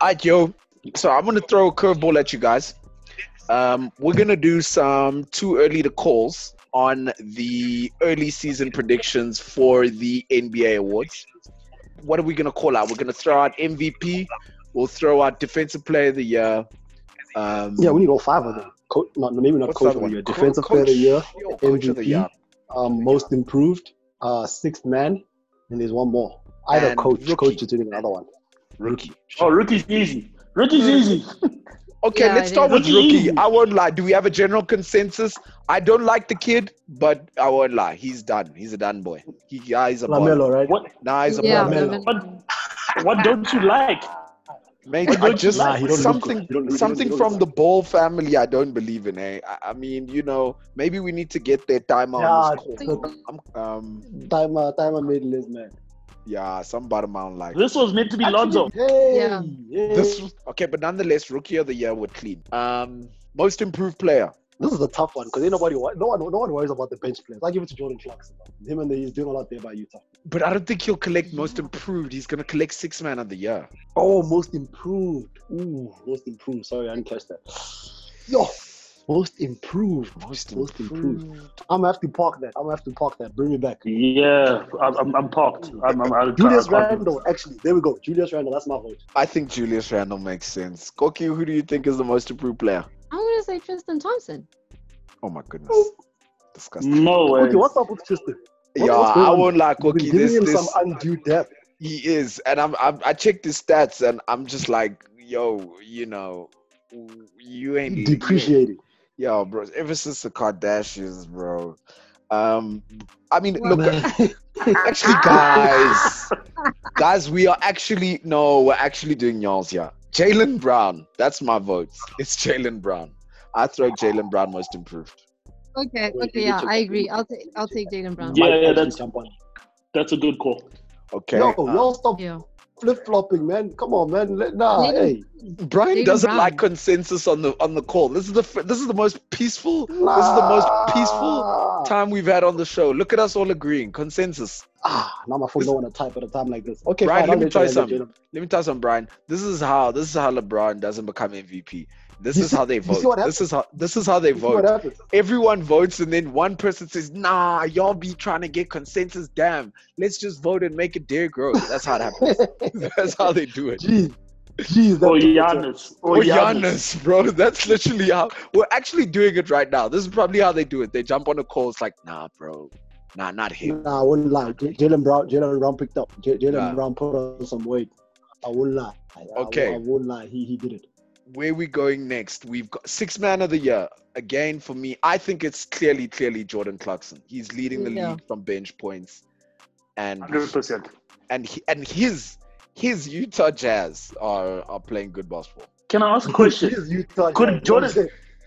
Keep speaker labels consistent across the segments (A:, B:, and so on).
A: All right, yo. So I'm gonna throw a curveball at you guys. Um, we're gonna do some too early to calls on the early season predictions for the NBA awards. What are we gonna call out? We're gonna throw out MVP. We'll throw out Defensive Player of the Year. Um,
B: Yeah, we need all five of them. Co- not, maybe not
A: what's
B: coach
A: the
B: of
A: other
B: the year,
A: one?
B: defensive
A: Co-
B: player of the year,
A: Yo, Coach of the Year.
B: MVP, um, most improved, uh, sixth man, and there's one more. Either
A: And
B: coach,
A: rookie.
B: coach is doing another one.
A: rookie.
C: Oh, rookie's easy. Rookie's easy.
A: Okay,
D: Yeah,
A: let's
D: it
A: start
D: is.
A: with rookie.
C: Rookie.
A: I won't lie. Do we have a general consensus? I don't like the kid, but I won't lie. He's done. He's a done boy. He, yeah, he's a ball.
B: Lamelo, right?
C: What?
A: Nah, he's a
D: Yeah,
A: ball.
B: Lamelo.
D: Lamelo.
C: What? What don't you like?
A: Mate,
C: What
A: I
C: don't you
A: just
C: like?
B: Nah, he don't look
A: something
B: good. He don't- he don't-
A: something
B: he don't
A: from
B: look
A: the Ball family. I don't believe in. Eh? I, I mean, you know, maybe we need to get their timer on this
B: Yeah,
A: call. I'm, um,
B: Timer, timer made list, man.
A: yeah, some bottom mountain like
C: This was meant to be Lonzo.
B: Hey,
D: Yeah.
B: hey.
A: this. Okay, but nonetheless, rookie of the year were clean. Um, most improved player.
B: This is a tough one because ain't nobody, wa- no one, no one worries about the bench players. I give it to Jordan Clarkson. man. Him and the, he's doing a lot there by Utah.
A: But I don't think he'll collect most improved. He's gonna collect six man of the year.
B: Oh, most improved. Ooh, most improved. Sorry, I didn't catch that. Yo, most improved.
A: Most
B: Most improved.
A: improved.
B: I'm gonna have to park that. I'm gonna have to park that. Bring me back.
C: Yeah, I'm, I'm, I'm parked. I'm, I'm, I'm
B: Julius
C: I'm parked.
B: Randle. Actually, there we go. Julius Randle. That's my vote.
A: I think Julius Randle makes sense. Koki, who do you think is the most improved player?
D: I'm gonna say Tristan Thompson.
A: Oh my goodness, disgusting.
C: No way.
B: Okay, what's up with Tristan? What-
A: yeah,
B: what's going
A: I
B: on?
A: won't lie,
B: You've been
A: Koki.
B: giving
A: This,
B: him
A: this,
B: some undue depth.
A: He is, and I'm, I'm I checked his stats, and I'm just like, yo, you know, you ain't
B: Depreciating.
A: yo, bro. Ever since the Kardashians, bro. Um, I mean, look, actually, guys, guys, we are actually no, we're actually doing y'all's here. Jalen Brown, that's my vote. It's Jalen Brown. I throw Jalen Brown most improved.
D: Okay,
B: Wait,
D: okay,
B: you
D: yeah,
B: took-
D: I agree. I'll take I'll take Jalen Brown.
C: Yeah,
B: Might
C: yeah,
B: actually
C: that's-
B: jump on.
C: That's a good call.
A: Okay,
B: Yo,
A: uh,
B: y'all stop
D: Yeah.
B: flip flopping, man. Come on, man. Let, nah,
D: Let him-
B: hey.
A: Brian
D: Jaylen
A: doesn't
D: Brown.
A: like consensus on the on the call. This is the fir- this is the most peaceful This is the most peaceful
B: Nah.
A: time we've had on the show. Look at us all agreeing consensus.
B: Ah, now my phone don't want to type at a time like this. Okay,
A: Brian,
B: fine,
A: let
B: I'll
A: me
B: let
A: try
B: you have it,
A: something.
B: Jalen.
A: Let me tell you something, Brian. This is how this is how LeBron doesn't become MVP. This
B: You
A: is
B: see-
A: how they
B: you see
A: vote.
B: what
A: This is how this is how they
B: You see What
A: vote.
B: happens?
A: Everyone votes, and then one person says, "Nah, y'all be trying to get consensus. Damn, let's just vote and make it Derrick Rose." That's how it happens. That's how they do it.
B: Jeez, jeez.
A: Oh,
B: that-
C: Or Oh, Giannis.
B: Oh,
A: Or Oh, Giannis, bro. That's literally how we're actually doing it right now. This is probably how they do it. They jump on a call. It's like, "Nah, bro, nah, not him."
B: Nah, I wouldn't lie. J- Jalen Brown, Jalen Brown picked up. J- Jalen
A: Nah.
B: Brown put on some weight. I won't lie. I- I-
A: Okay.
B: I, won't lie. He he did it.
A: where we going next? We've got six man of the year again for me. I think it's clearly, clearly Jordan Clarkson. He's leading the
D: Yeah.
A: league from bench points, and
C: 100%.
A: and he, and his his Utah Jazz are are playing good basketball.
C: Can I ask a question?
B: He's Utah
C: Could
B: Jazz,
C: Jordan-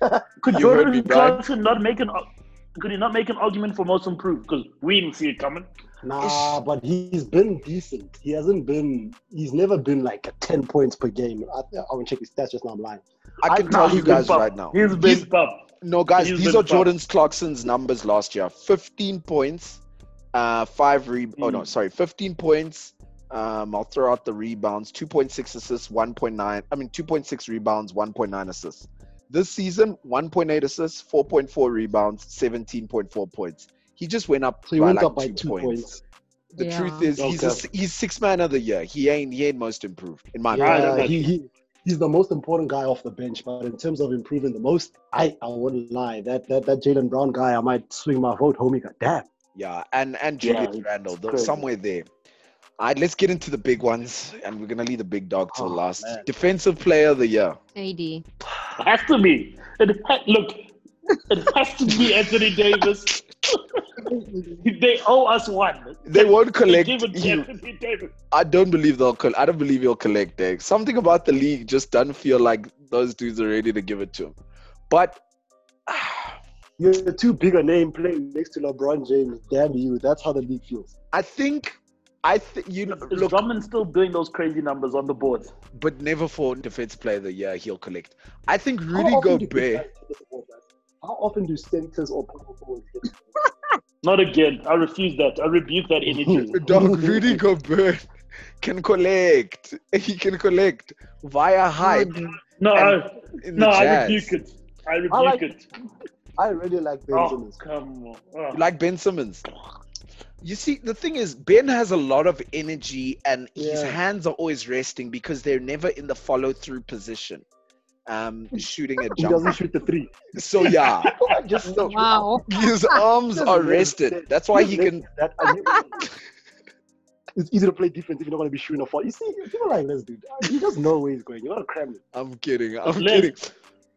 B: you know
C: Could
A: You heard me,
C: Jordan
A: Brian.
C: Clarkson not make an ar- could he not make an argument for most improved? Because we didn't see it coming.
B: what I'm saying? Nah, but he's been decent. He hasn't been. He's never been like a ten points per game. I, I would check his stats. Just now, I'm lying.
A: I can tell
B: I-
C: Nah,
A: you
C: he's been
A: guys
C: pop.
A: right now.
C: He's
A: He's-
C: been pop.
A: No, guys,
C: he's
A: these
C: been
A: are
C: fine.
A: Jordan Clarkson's numbers last year: fifteen points, uh, five re. Oh no,
C: Mm.
A: sorry, fifteen points. Um, I'll throw out the rebounds: two point six assists, one point nine. I mean, two point six rebounds, one point nine assists. This season, one point eight assists, four point four rebounds, seventeen point four points. He just went up
B: So he
A: by
B: went
A: like
B: up by
A: two,
B: two
A: points.
B: points.
A: The
D: Yeah.
A: truth is, he's a
B: Okay.
A: s he's six man of the year. He ain't he ain't most improved in my
C: Yeah.
A: opinion.
B: Yeah, he, he he's the most important guy off the bench. But in terms of improving the most, I I wouldn't lie. That that that Jalen Brown guy, I might swing my vote, homie. God damn.
A: Yeah, and and
C: Yeah,
A: Julius
C: it's
A: Randle, though,
C: crazy.
A: somewhere there. All right, let's get into the big ones, and we're gonna leave the big dog till
B: Oh,
A: last.
B: man.
A: Defensive Player of the Year.
D: AD.
C: It has to be. It ha- look, it has to be Anthony Davis. they owe us one.
A: They won't collect.
C: Give it to
A: you-
C: Anthony Davis.
A: I don't believe they'll. Col- I don't believe he'll collect. Derek. Something about the league just doesn't feel like those dudes are ready to give it to him. But
B: You're too big a name playing next to LeBron James. Damn you. That's how the league feels.
A: I think, I think you know.
C: Is
A: Look,
C: Drummond still doing those crazy numbers on the board?
A: but never for Defensive Player of the Year he'll collect. I think
B: How
A: Rudy
B: often do
A: Gobert.
B: people- How often do centers or power forwards get it?
C: Not again. I refuse that. I rebuke that energy.
A: Dog, Rudy Gobert can collect. He can collect via hype
C: No,
A: And
C: I,
A: in
C: no,
A: the
C: I
A: jazz.
C: rebuke it. I rebuke
B: I like-
C: it.
B: I really like Ben
C: Oh,
B: Simmons.
C: come on. Oh.
A: like Ben Simmons. You see, the thing is, Ben has a lot of energy, and his
B: Yeah.
A: hands are always resting because they're never in the follow-through position, um, shooting a
B: He doesn't
A: jump.
B: shoot the three.
A: So yeah,
B: Just so
D: Wow.
A: his arms
B: Doesn't
A: are
B: really
A: rested.
B: fit.
A: That's why
B: Just
A: he
B: let
A: can.
B: That, I knew- it's easy to play defense if you're not going to be shooting a foul. You see, people like this dude, you just know where he's going. You want to cram him.
A: I'm kidding. I'm
C: Liz.
A: kidding.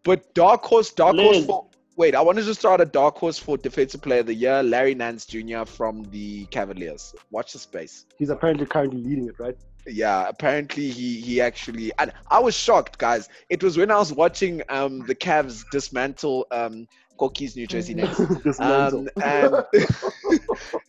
A: But dark horse, dark horse
C: Liz.
A: for. Wait, I want to just start a dark horse for defensive player of the year, Larry Nance Jr. from the Cavaliers. Watch the space.
B: He's apparently currently leading it, right?
A: yeah apparently he he actually and i was shocked guys it was when i was watching um the cavs dismantle um Corky's new jersey nets
B: this
A: um, and,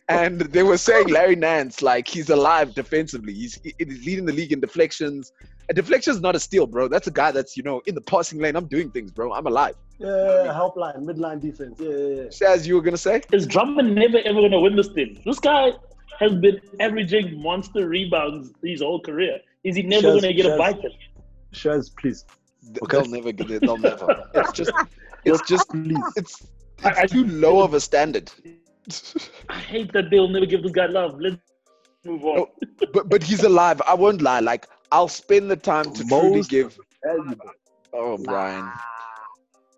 A: and they were saying larry nance like he's alive defensively he's, he- he's leading the league in deflections a deflection is not a steal bro that's a guy that's you know in the passing lane i'm doing things bro i'm alive
B: yeah, helpline, midline defense. Yeah, yeah, yeah.
A: as you were gonna say
C: Is Drummond never ever going to win this thing? This guy has been averaging monster rebounds his whole career. Is he never
B: Shaz-
C: going to get a
B: Shaz-
C: bite? in?
B: Shaz, please.
A: Th-
B: Okay.
A: they'll never get it they'll never it's just it's just
B: Please.
A: it's
C: I- I-
A: it's too low of a standard
C: I hate that they'll never give this guy love. Let's move on.
A: No. but but he's alive. I won't lie. Like I'll spend the time to truly
B: Most-
A: give.
B: There you go.
A: Oh, Brian.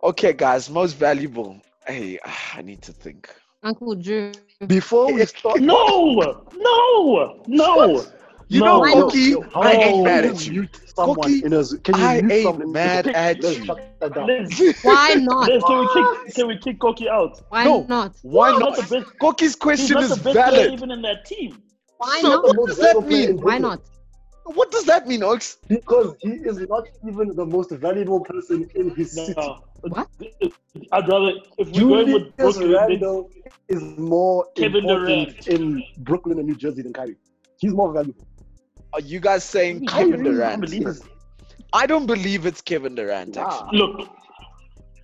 A: Okay, guys, most valuable. Hey, ah, I need to think.
D: Uncle Drew.
B: Before we start,
C: No, no, no.
A: You
C: No.
A: know, Koki,
B: How
A: I ain't
B: can
A: mad
B: you
A: at you.
B: mute someone
A: Cookie,
B: in a z- can you
A: I
B: mute
A: ain't
B: someone in a
A: mad
B: pic?
A: at
B: Let's
A: you.
B: shut that down.
C: Let's,
D: Why not?
C: let's, can, we kick, can we kick Koki out?
D: Why
A: No.
D: not?
A: Why
C: He's
A: not?
C: the best,
A: Koki's
C: he's
A: question
C: not
A: is
C: the best player
A: valid.
C: even in that team.
D: Why
A: So
D: not?
A: what does that
B: Most valuable
A: mean?
D: Why not?
A: What does that mean, Ox?
B: Because he is not even the most valuable person in his city.
C: No.
D: What?
C: I'd rather, if we're going
B: Julius
C: with Brooklyn, then-
B: Randle is more
C: Kevin
B: important
C: Durant.
B: in Brooklyn and New Jersey than Kyrie. He's more valuable.
A: Are you guys saying
C: Kyrie
A: Kevin
C: is
A: Durant?
C: unbelievable.
A: I don't believe it's Kevin Durant. Actually,
C: Look,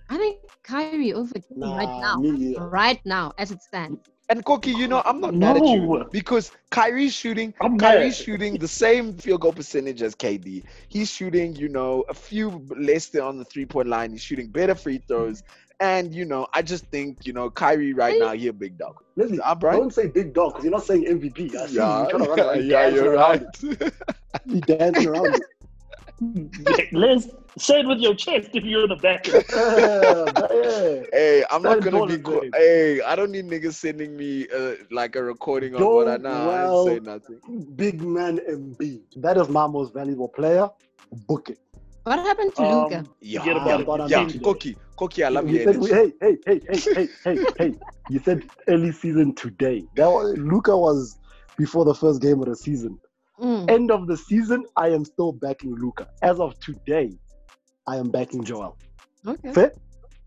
D: I think Kyrie over Katie
B: Nah,
D: right now.
B: me uh, neither.
D: Right now, as it stands.
A: and Koki, you know, I'm not mad at you
C: No.
A: because Kyrie's shooting.
C: I'm
A: Kyrie's
C: mad.
A: shooting the same field goal percentage as KD. He's shooting, you know, a few less than on the three point line. He's shooting better free throws. And, you know, I just think, you know, Kyrie right now, he a big dog.
B: Leslie,
A: I'm right.
B: don't say big dog because you're not saying MVP. Oh, I see you trying to run around
A: yeah,
B: dancing
A: you're
B: around
A: right.
B: it. You dancing around. it.
C: Liz, say it with your chest if you're in the back.
B: Yeah, but yeah.
A: hey, I'm not
B: That
A: gonna
B: ball
A: be
B: is
A: cool.
B: ready.
A: Hey, I don't need niggas sending me uh, like a recording on
B: Yo,
A: what I know. I didn't say nothing.
B: Big man MB. That is my most valuable player. Book it.
D: What happened to
C: Um,
D: Luca?
A: Yeah,
C: Forget
B: about it.
A: yeah,
B: But
A: yeah.
B: I'm not-
A: Koki, Koki, I love
B: you
A: you.
B: said, hey, hey, hey, hey, hey, hey, hey. You said early season today. That was, Luca was before the first game of the season.
D: Mm.
B: End of the season, I am still backing Luca. As of today, I am backing Joel.
D: Okay.
B: Fair?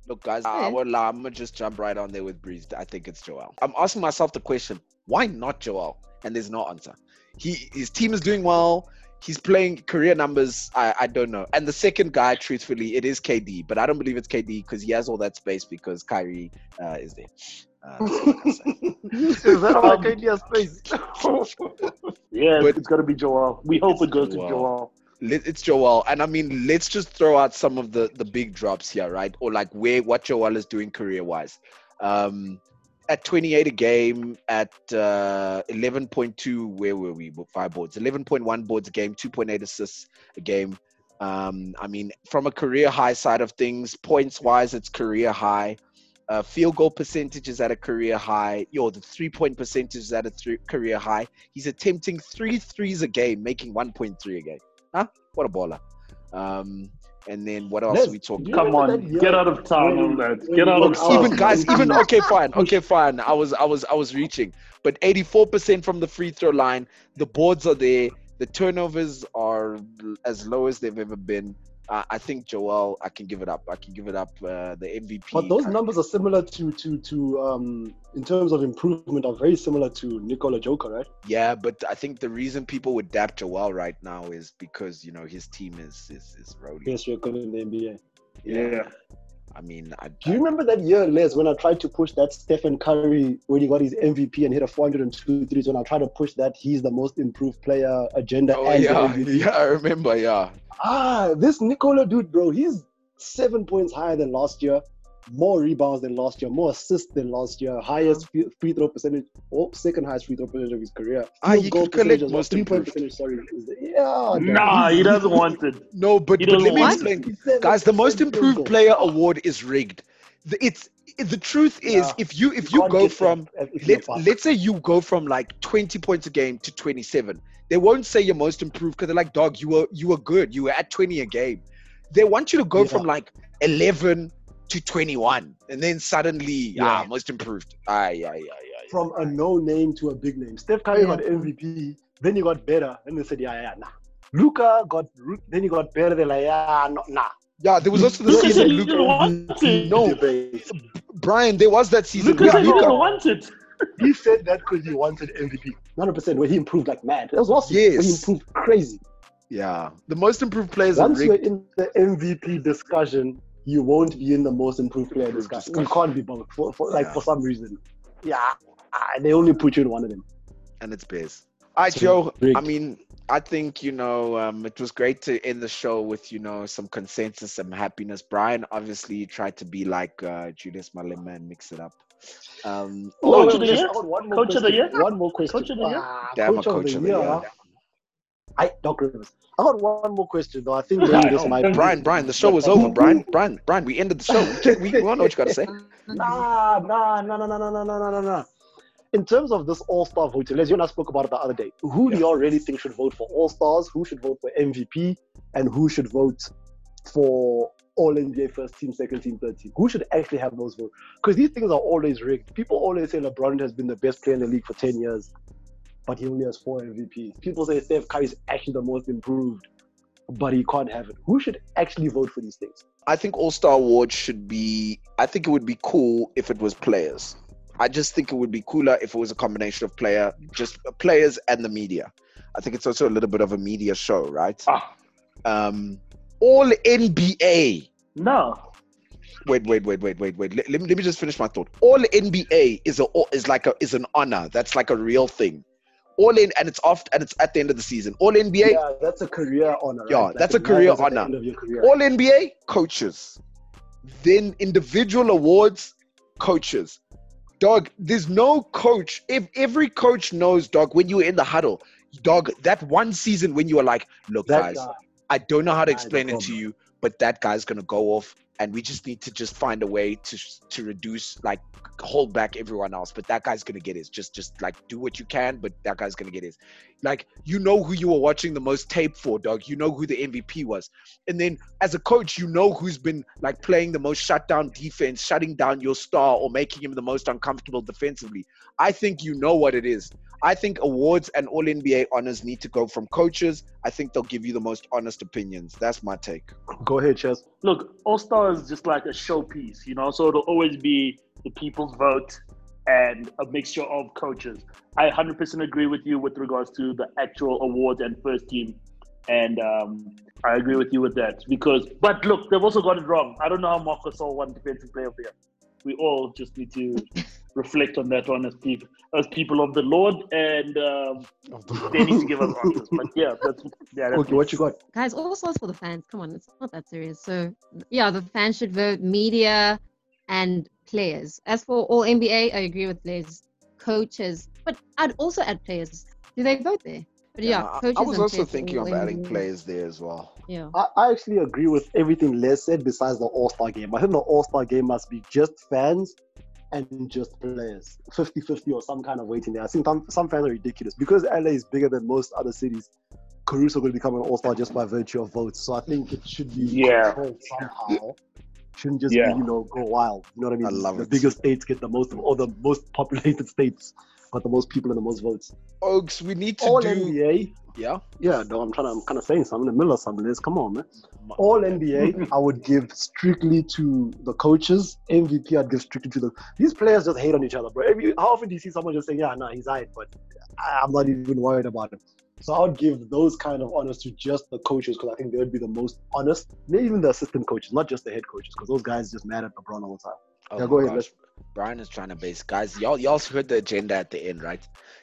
A: Look, guys,
D: Okay.
A: I will, I'm gonna just jump right on there with Breeze. I think it's Joel. I'm asking myself the question: Why not Joel? And there's no answer. He his team is doing well. He's playing career numbers. I, I don't know. And the second guy, truthfully, it is KD, but I don't believe it's KD because he has all that space because Kyrie uh, is there. Uh,
B: is that
C: all I
B: ideas, please?
C: Yeah,
A: But-
C: it's got to be Joel. We hope
A: It's
C: it goes
A: Joel.
C: to Joel.
A: let- it's Joel, and I mean, let's just throw out some of the the big drops here, right? Or like where what Joel is doing career wise. Um, at 28 a game, at uh, 11.2, where were we? Five boards, 11.1 boards a game, 2.8 assists a game. Um, I mean, from a career high side of things, points wise, it's career high. Uh, field goal percentage is at a career high. Yo, the three point percentage is at a three career high. He's attempting three threes a game, making 1.3 a game. What a baller. Um, and then what else
B: Let's-
A: are we talking?
B: Yeah,
C: Come
B: but that
C: on,
B: year-
C: get out of town on that. Get out of
B: Look,
C: town.
A: Even guys,
B: Oh.
A: even okay, fine, okay, fine. I was, I was, I was reaching, but 84% from the free throw line. The boards are there. The turnovers are as low as they've ever been. Uh, I think Joel, I can give it up. I can give it up. Uh, the MVP.
B: But those
A: kind-
B: numbers are similar to to to um in terms of improvement are very similar to Nikola Joker, right?
A: Yeah, but I think the reason people would dap Joel right now is because you know his team is is is rolling.
B: Yes, you're good in the NBA.
C: Yeah.
A: I mean, I,
B: Do you remember that year, Les, when I tried to push that Stephen Curry when he got his MVP and hit a 402 threes? When I tried to push that, he's the most improved player agenda.
A: oh
B: and the
A: yeah,
B: MVP.
A: yeah, I remember. Yeah,
B: Ah, this Nicola dude, bro, he's seven points higher than last year, more rebounds than last year, more assists than last year, highest free- free throw percentage, or second highest free throw percentage of his career.
A: Ah,
B: Field
A: he
B: goal
A: could collect
B: percentage as well,
A: most
B: three-point
A: improved.
B: percentage, sorry. is the- Yeah.
C: Nah, he doesn't want it.
A: no, but,
C: You
A: but
C: don't
A: let me
D: want-
A: explain. guys the most improved player award is rigged the, it's the truth is
B: Yeah.
A: if you if you, go from let, let's say you go from like 20 points a game to 27 they won't say you're most improved because they're like dog you were you were good you were at 20 a game they want you to go
B: Yeah.
A: from like 11 to 21 and then suddenly
B: Yeah.
A: ah most improved ah yeah yeah yeah
B: from a no name to a big name. Steph Curry got MVP, then he got better, and they said, yeah, yeah, nah. Luca got, Ru- then he got better. They're like, yeah, no, nah.
A: yeah there was also the
C: Lucas
A: season
C: didn't
A: Luka-
C: want it.
A: no
B: Debate.
A: brian there was that season
C: Lucas
A: where
C: didn't
A: Luka-
C: want it.
B: He said that because he wanted MVP. 100% where he improved like mad. That was awesome.
A: Yes.
B: Where he improved crazy.
A: yeah the most improved players are
B: Once you're
A: rigged
B: in the MVP discussion, you won't be in the most improved player
A: Improved
B: discussion. You
A: discussion.
B: can't be both for, for like
A: Yeah.
B: for some reason. Yeah. ah, They only put you in one of them.
A: and it's biz. All right,
B: So,
A: Joe.
B: rigged.
A: I mean, I think you know um, it was great to end the show with you know some consensus, some happiness. Brian obviously tried to be like uh, Julius Malema and mix it up. Um,
C: Oh,
B: wait,
C: Coach of the
B: wait,
C: year?
B: I want one more
C: Coach of the
B: question.
C: year?
B: One more question.
C: Coach of the year?
B: Ah,
A: Damn, a
B: coach, of the year. I, Doc Rivers. I got one more question though. I think
C: Yeah,
B: maybe this
C: no,
B: might
C: don't-
A: Brian, Brian, the show was over. Brian, Brian, Brian, we ended the show. We, can't- we, we all know what you got to say.
B: Nah, nah, nah, nah, nah, nah, nah, nah, nah, nah, nah. In terms of this All Star voting, Les, you and I spoke about it the other day. Who do y'all really think should vote for All Stars? Who should vote for MVP? And who should vote for All NBA first team, second team, third team? Who should actually have those votes? Because these things are always rigged. People always say LeBron has been the best player in the league for 10 years, but he only has four MVPs. People say Steph Curry is actually the most improved, but he can't have it. Who should actually vote for these things?
A: I think All Star Awards should be. I think it would be cool if it was players. I just think it would be cooler if it was a combination of player, just players and the media. I think it's also a little bit of a media show, right?
C: Ah,
A: um, all NBA.
C: no.
A: Wait, wait, wait, wait, wait, wait. Let, let me, let me just finish my thought. All NBA is a is like a is an honor. That's like a real thing. All in and it's off and it's at the end of the season. All NBA,
B: Yeah, that's a career honor. right?
A: Yeah,
B: Like
A: that's
B: it
A: a career
B: matters at the
A: honor.
B: end of your career.
A: all NBA coaches, then individual awards, coaches. Dog, there's no coach. If every coach knows, dog, when you were in the huddle, dog, that one season when you were like, look,
B: That
A: guys,
B: guy.
A: I don't know how to
B: Nah,
A: explain
B: no
A: it to you, but that guy's gonna go off, and we just need to just find a way to to reduce, like, hold back everyone else. But that guy's gonna get his. Just just like do what you can, but that guy's gonna get his. Like you know who you were watching the most tape for, dog. You know who the MVP was, and then as a coach, you know who's been like playing the most shutdown defense, shutting down your star, or making him the most uncomfortable defensively. I think you know what it is. I think awards and all NBA honors need to go from coaches. I think they'll give you the most honest opinions. That's my take.
B: Go ahead, Chess.
C: Look, All Star is just like a showpiece, you know. So it'll always be the people's vote and a mixture of coaches. I 100% agree with you with regards to the actual awards and first team, and um, I agree with you with that because. But look, they've also got it wrong. I don't know how Marcus All won defensive player of the year. We all just need to reflect on that one as people, as people of the Lord, and um, they need to give us answers. But yeah, that's yeah. That's
B: Okay, what you got?
D: guys, all stars for the fans. Come on, it's not that serious. So yeah, the fans should vote media and players. As for all NBA, I agree with Les. Coaches, but I'd also add players. Do they vote there? But yeah,
A: I,
D: coaches.
A: I was
D: and
A: also
D: players for
A: thinking
D: all
A: of adding
D: NBA.
A: players there as well.
D: Yeah.
B: I, I actually agree with everything Les said besides the All Star game. I think the All Star game must be just fans and just players 50 50 or some kind of weighting there. I think some, some fans are ridiculous because LA is bigger than most other cities. Caruso will become an All Star just by virtue of votes. So I think it should be
C: Yeah.
B: controlled somehow. Shouldn't just
C: Yeah.
B: be, you know, go wild. You know what I mean?
A: I love
B: the
A: it.
B: biggest states get the most, or the most populated states got the most people and the most votes.
A: Oaks, we need to
B: All
A: do.
B: NBA.
A: Yeah.
B: Yeah, no, I'm trying to, I'm kind of saying something in the middle of something. Liz, come on, man.
A: My-
B: All NBA, I would give strictly to the coaches. MVP, I'd give strictly to the. These players just hate on each other, bro. Every, how often do you see someone just saying, yeah, no, he's right, but I, I'm not even worried about him. So I would give those kind of honors to just the coaches because I think they would be the most honest. Maybe even the assistant coaches, not just the head coaches, because those guys just mad at LeBron all the time.
A: Oh
B: Yeah,
A: my
B: go ahead,
A: gosh. Brian is trying to base guys. Y'all, y'all heard the agenda at the end, right?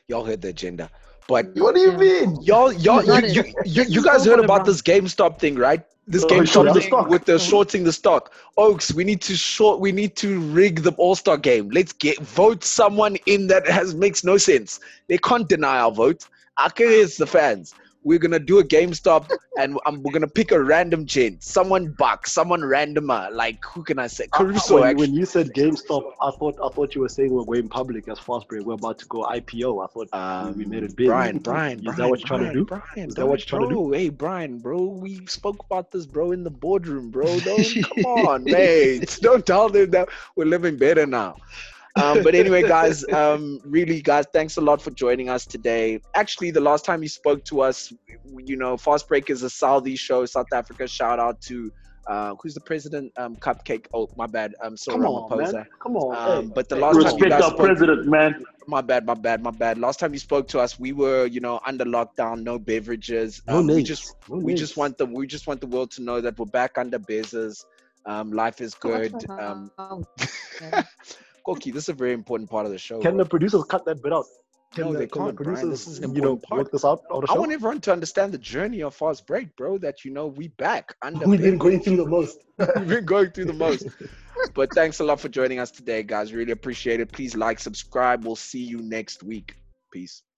A: Y'all heard the agenda, but
D: Mm.
B: What do you mean?
A: y'all, y'all,
D: got
A: you,
D: it.
A: you, you, you
D: You
A: guys
D: go
A: heard
D: for it,
A: about
D: Brian.
A: this GameStop thing, right? This
C: Oh,
A: GameStop
B: shorting the
A: thing
B: stock.
A: with the
D: Mhm.
A: shorting the stock. Oaks, we need to short. We need to rig the All Star game. Let's get vote someone in that has makes no sense. They can't deny our vote. Akere is the fans. We're gonna do a GameStop, and um, we're gonna pick a random gent, someone Buck, someone randomer. Like who can I say? Caruso,
B: Uh, when,
A: Uh, actually.
B: when you said GameStop, I thought I thought you were saying we're going public as Fastbreak. We're about to go IPO. I thought
A: Um,
B: we made it big.
A: Brian, Brian,
B: is
A: Brian,
B: that what you're trying to do?
A: Brian, Brian,
B: Is that what
A: Brian,
B: you're trying to
A: bro, Hey, Brian, bro, we spoke about this, bro, in the boardroom, bro. Don't come on, mate. Don't tell them that we're living better now. Um, but anyway, guys, um, really, guys, thanks a lot for joining us today. Actually, the last time you spoke to us, you know, Fast Break is a Saudi show, South Africa. Shout out to uh, who's the president? Um, Cupcake. Oh, my bad. Um, so
B: Come on, man. Come on.
A: Um,
B: hey.
A: but the
B: Hey,
A: last time you
C: Respect
A: guys
C: our
A: spoke
C: president, man.
A: my bad, my bad, my bad. Last time you spoke to us, we were, you know, under lockdown, no beverages.
B: no
A: Um,
B: names.
A: we just
B: no
A: we
B: names.
A: just want the we just want the world to know that we're back under bezos. Um, life is good. Um, Koki, this is a very important part of the show.
B: Can
A: bro.
B: the producers cut that bit out? Can
A: No,
B: the,
A: they
B: can the
A: can't, Brian.
B: producers,
A: This is an
B: you know,
A: important part.
B: work this out on the
A: I
B: show?
A: want everyone to understand the journey of fast break, bro. That you know we back under.
B: We've been
A: Bezos.
B: going through the most.
A: We've been going through the most. But thanks a lot for joining us today, guys. Really appreciate it. Please like, subscribe. We'll see you next week. Peace.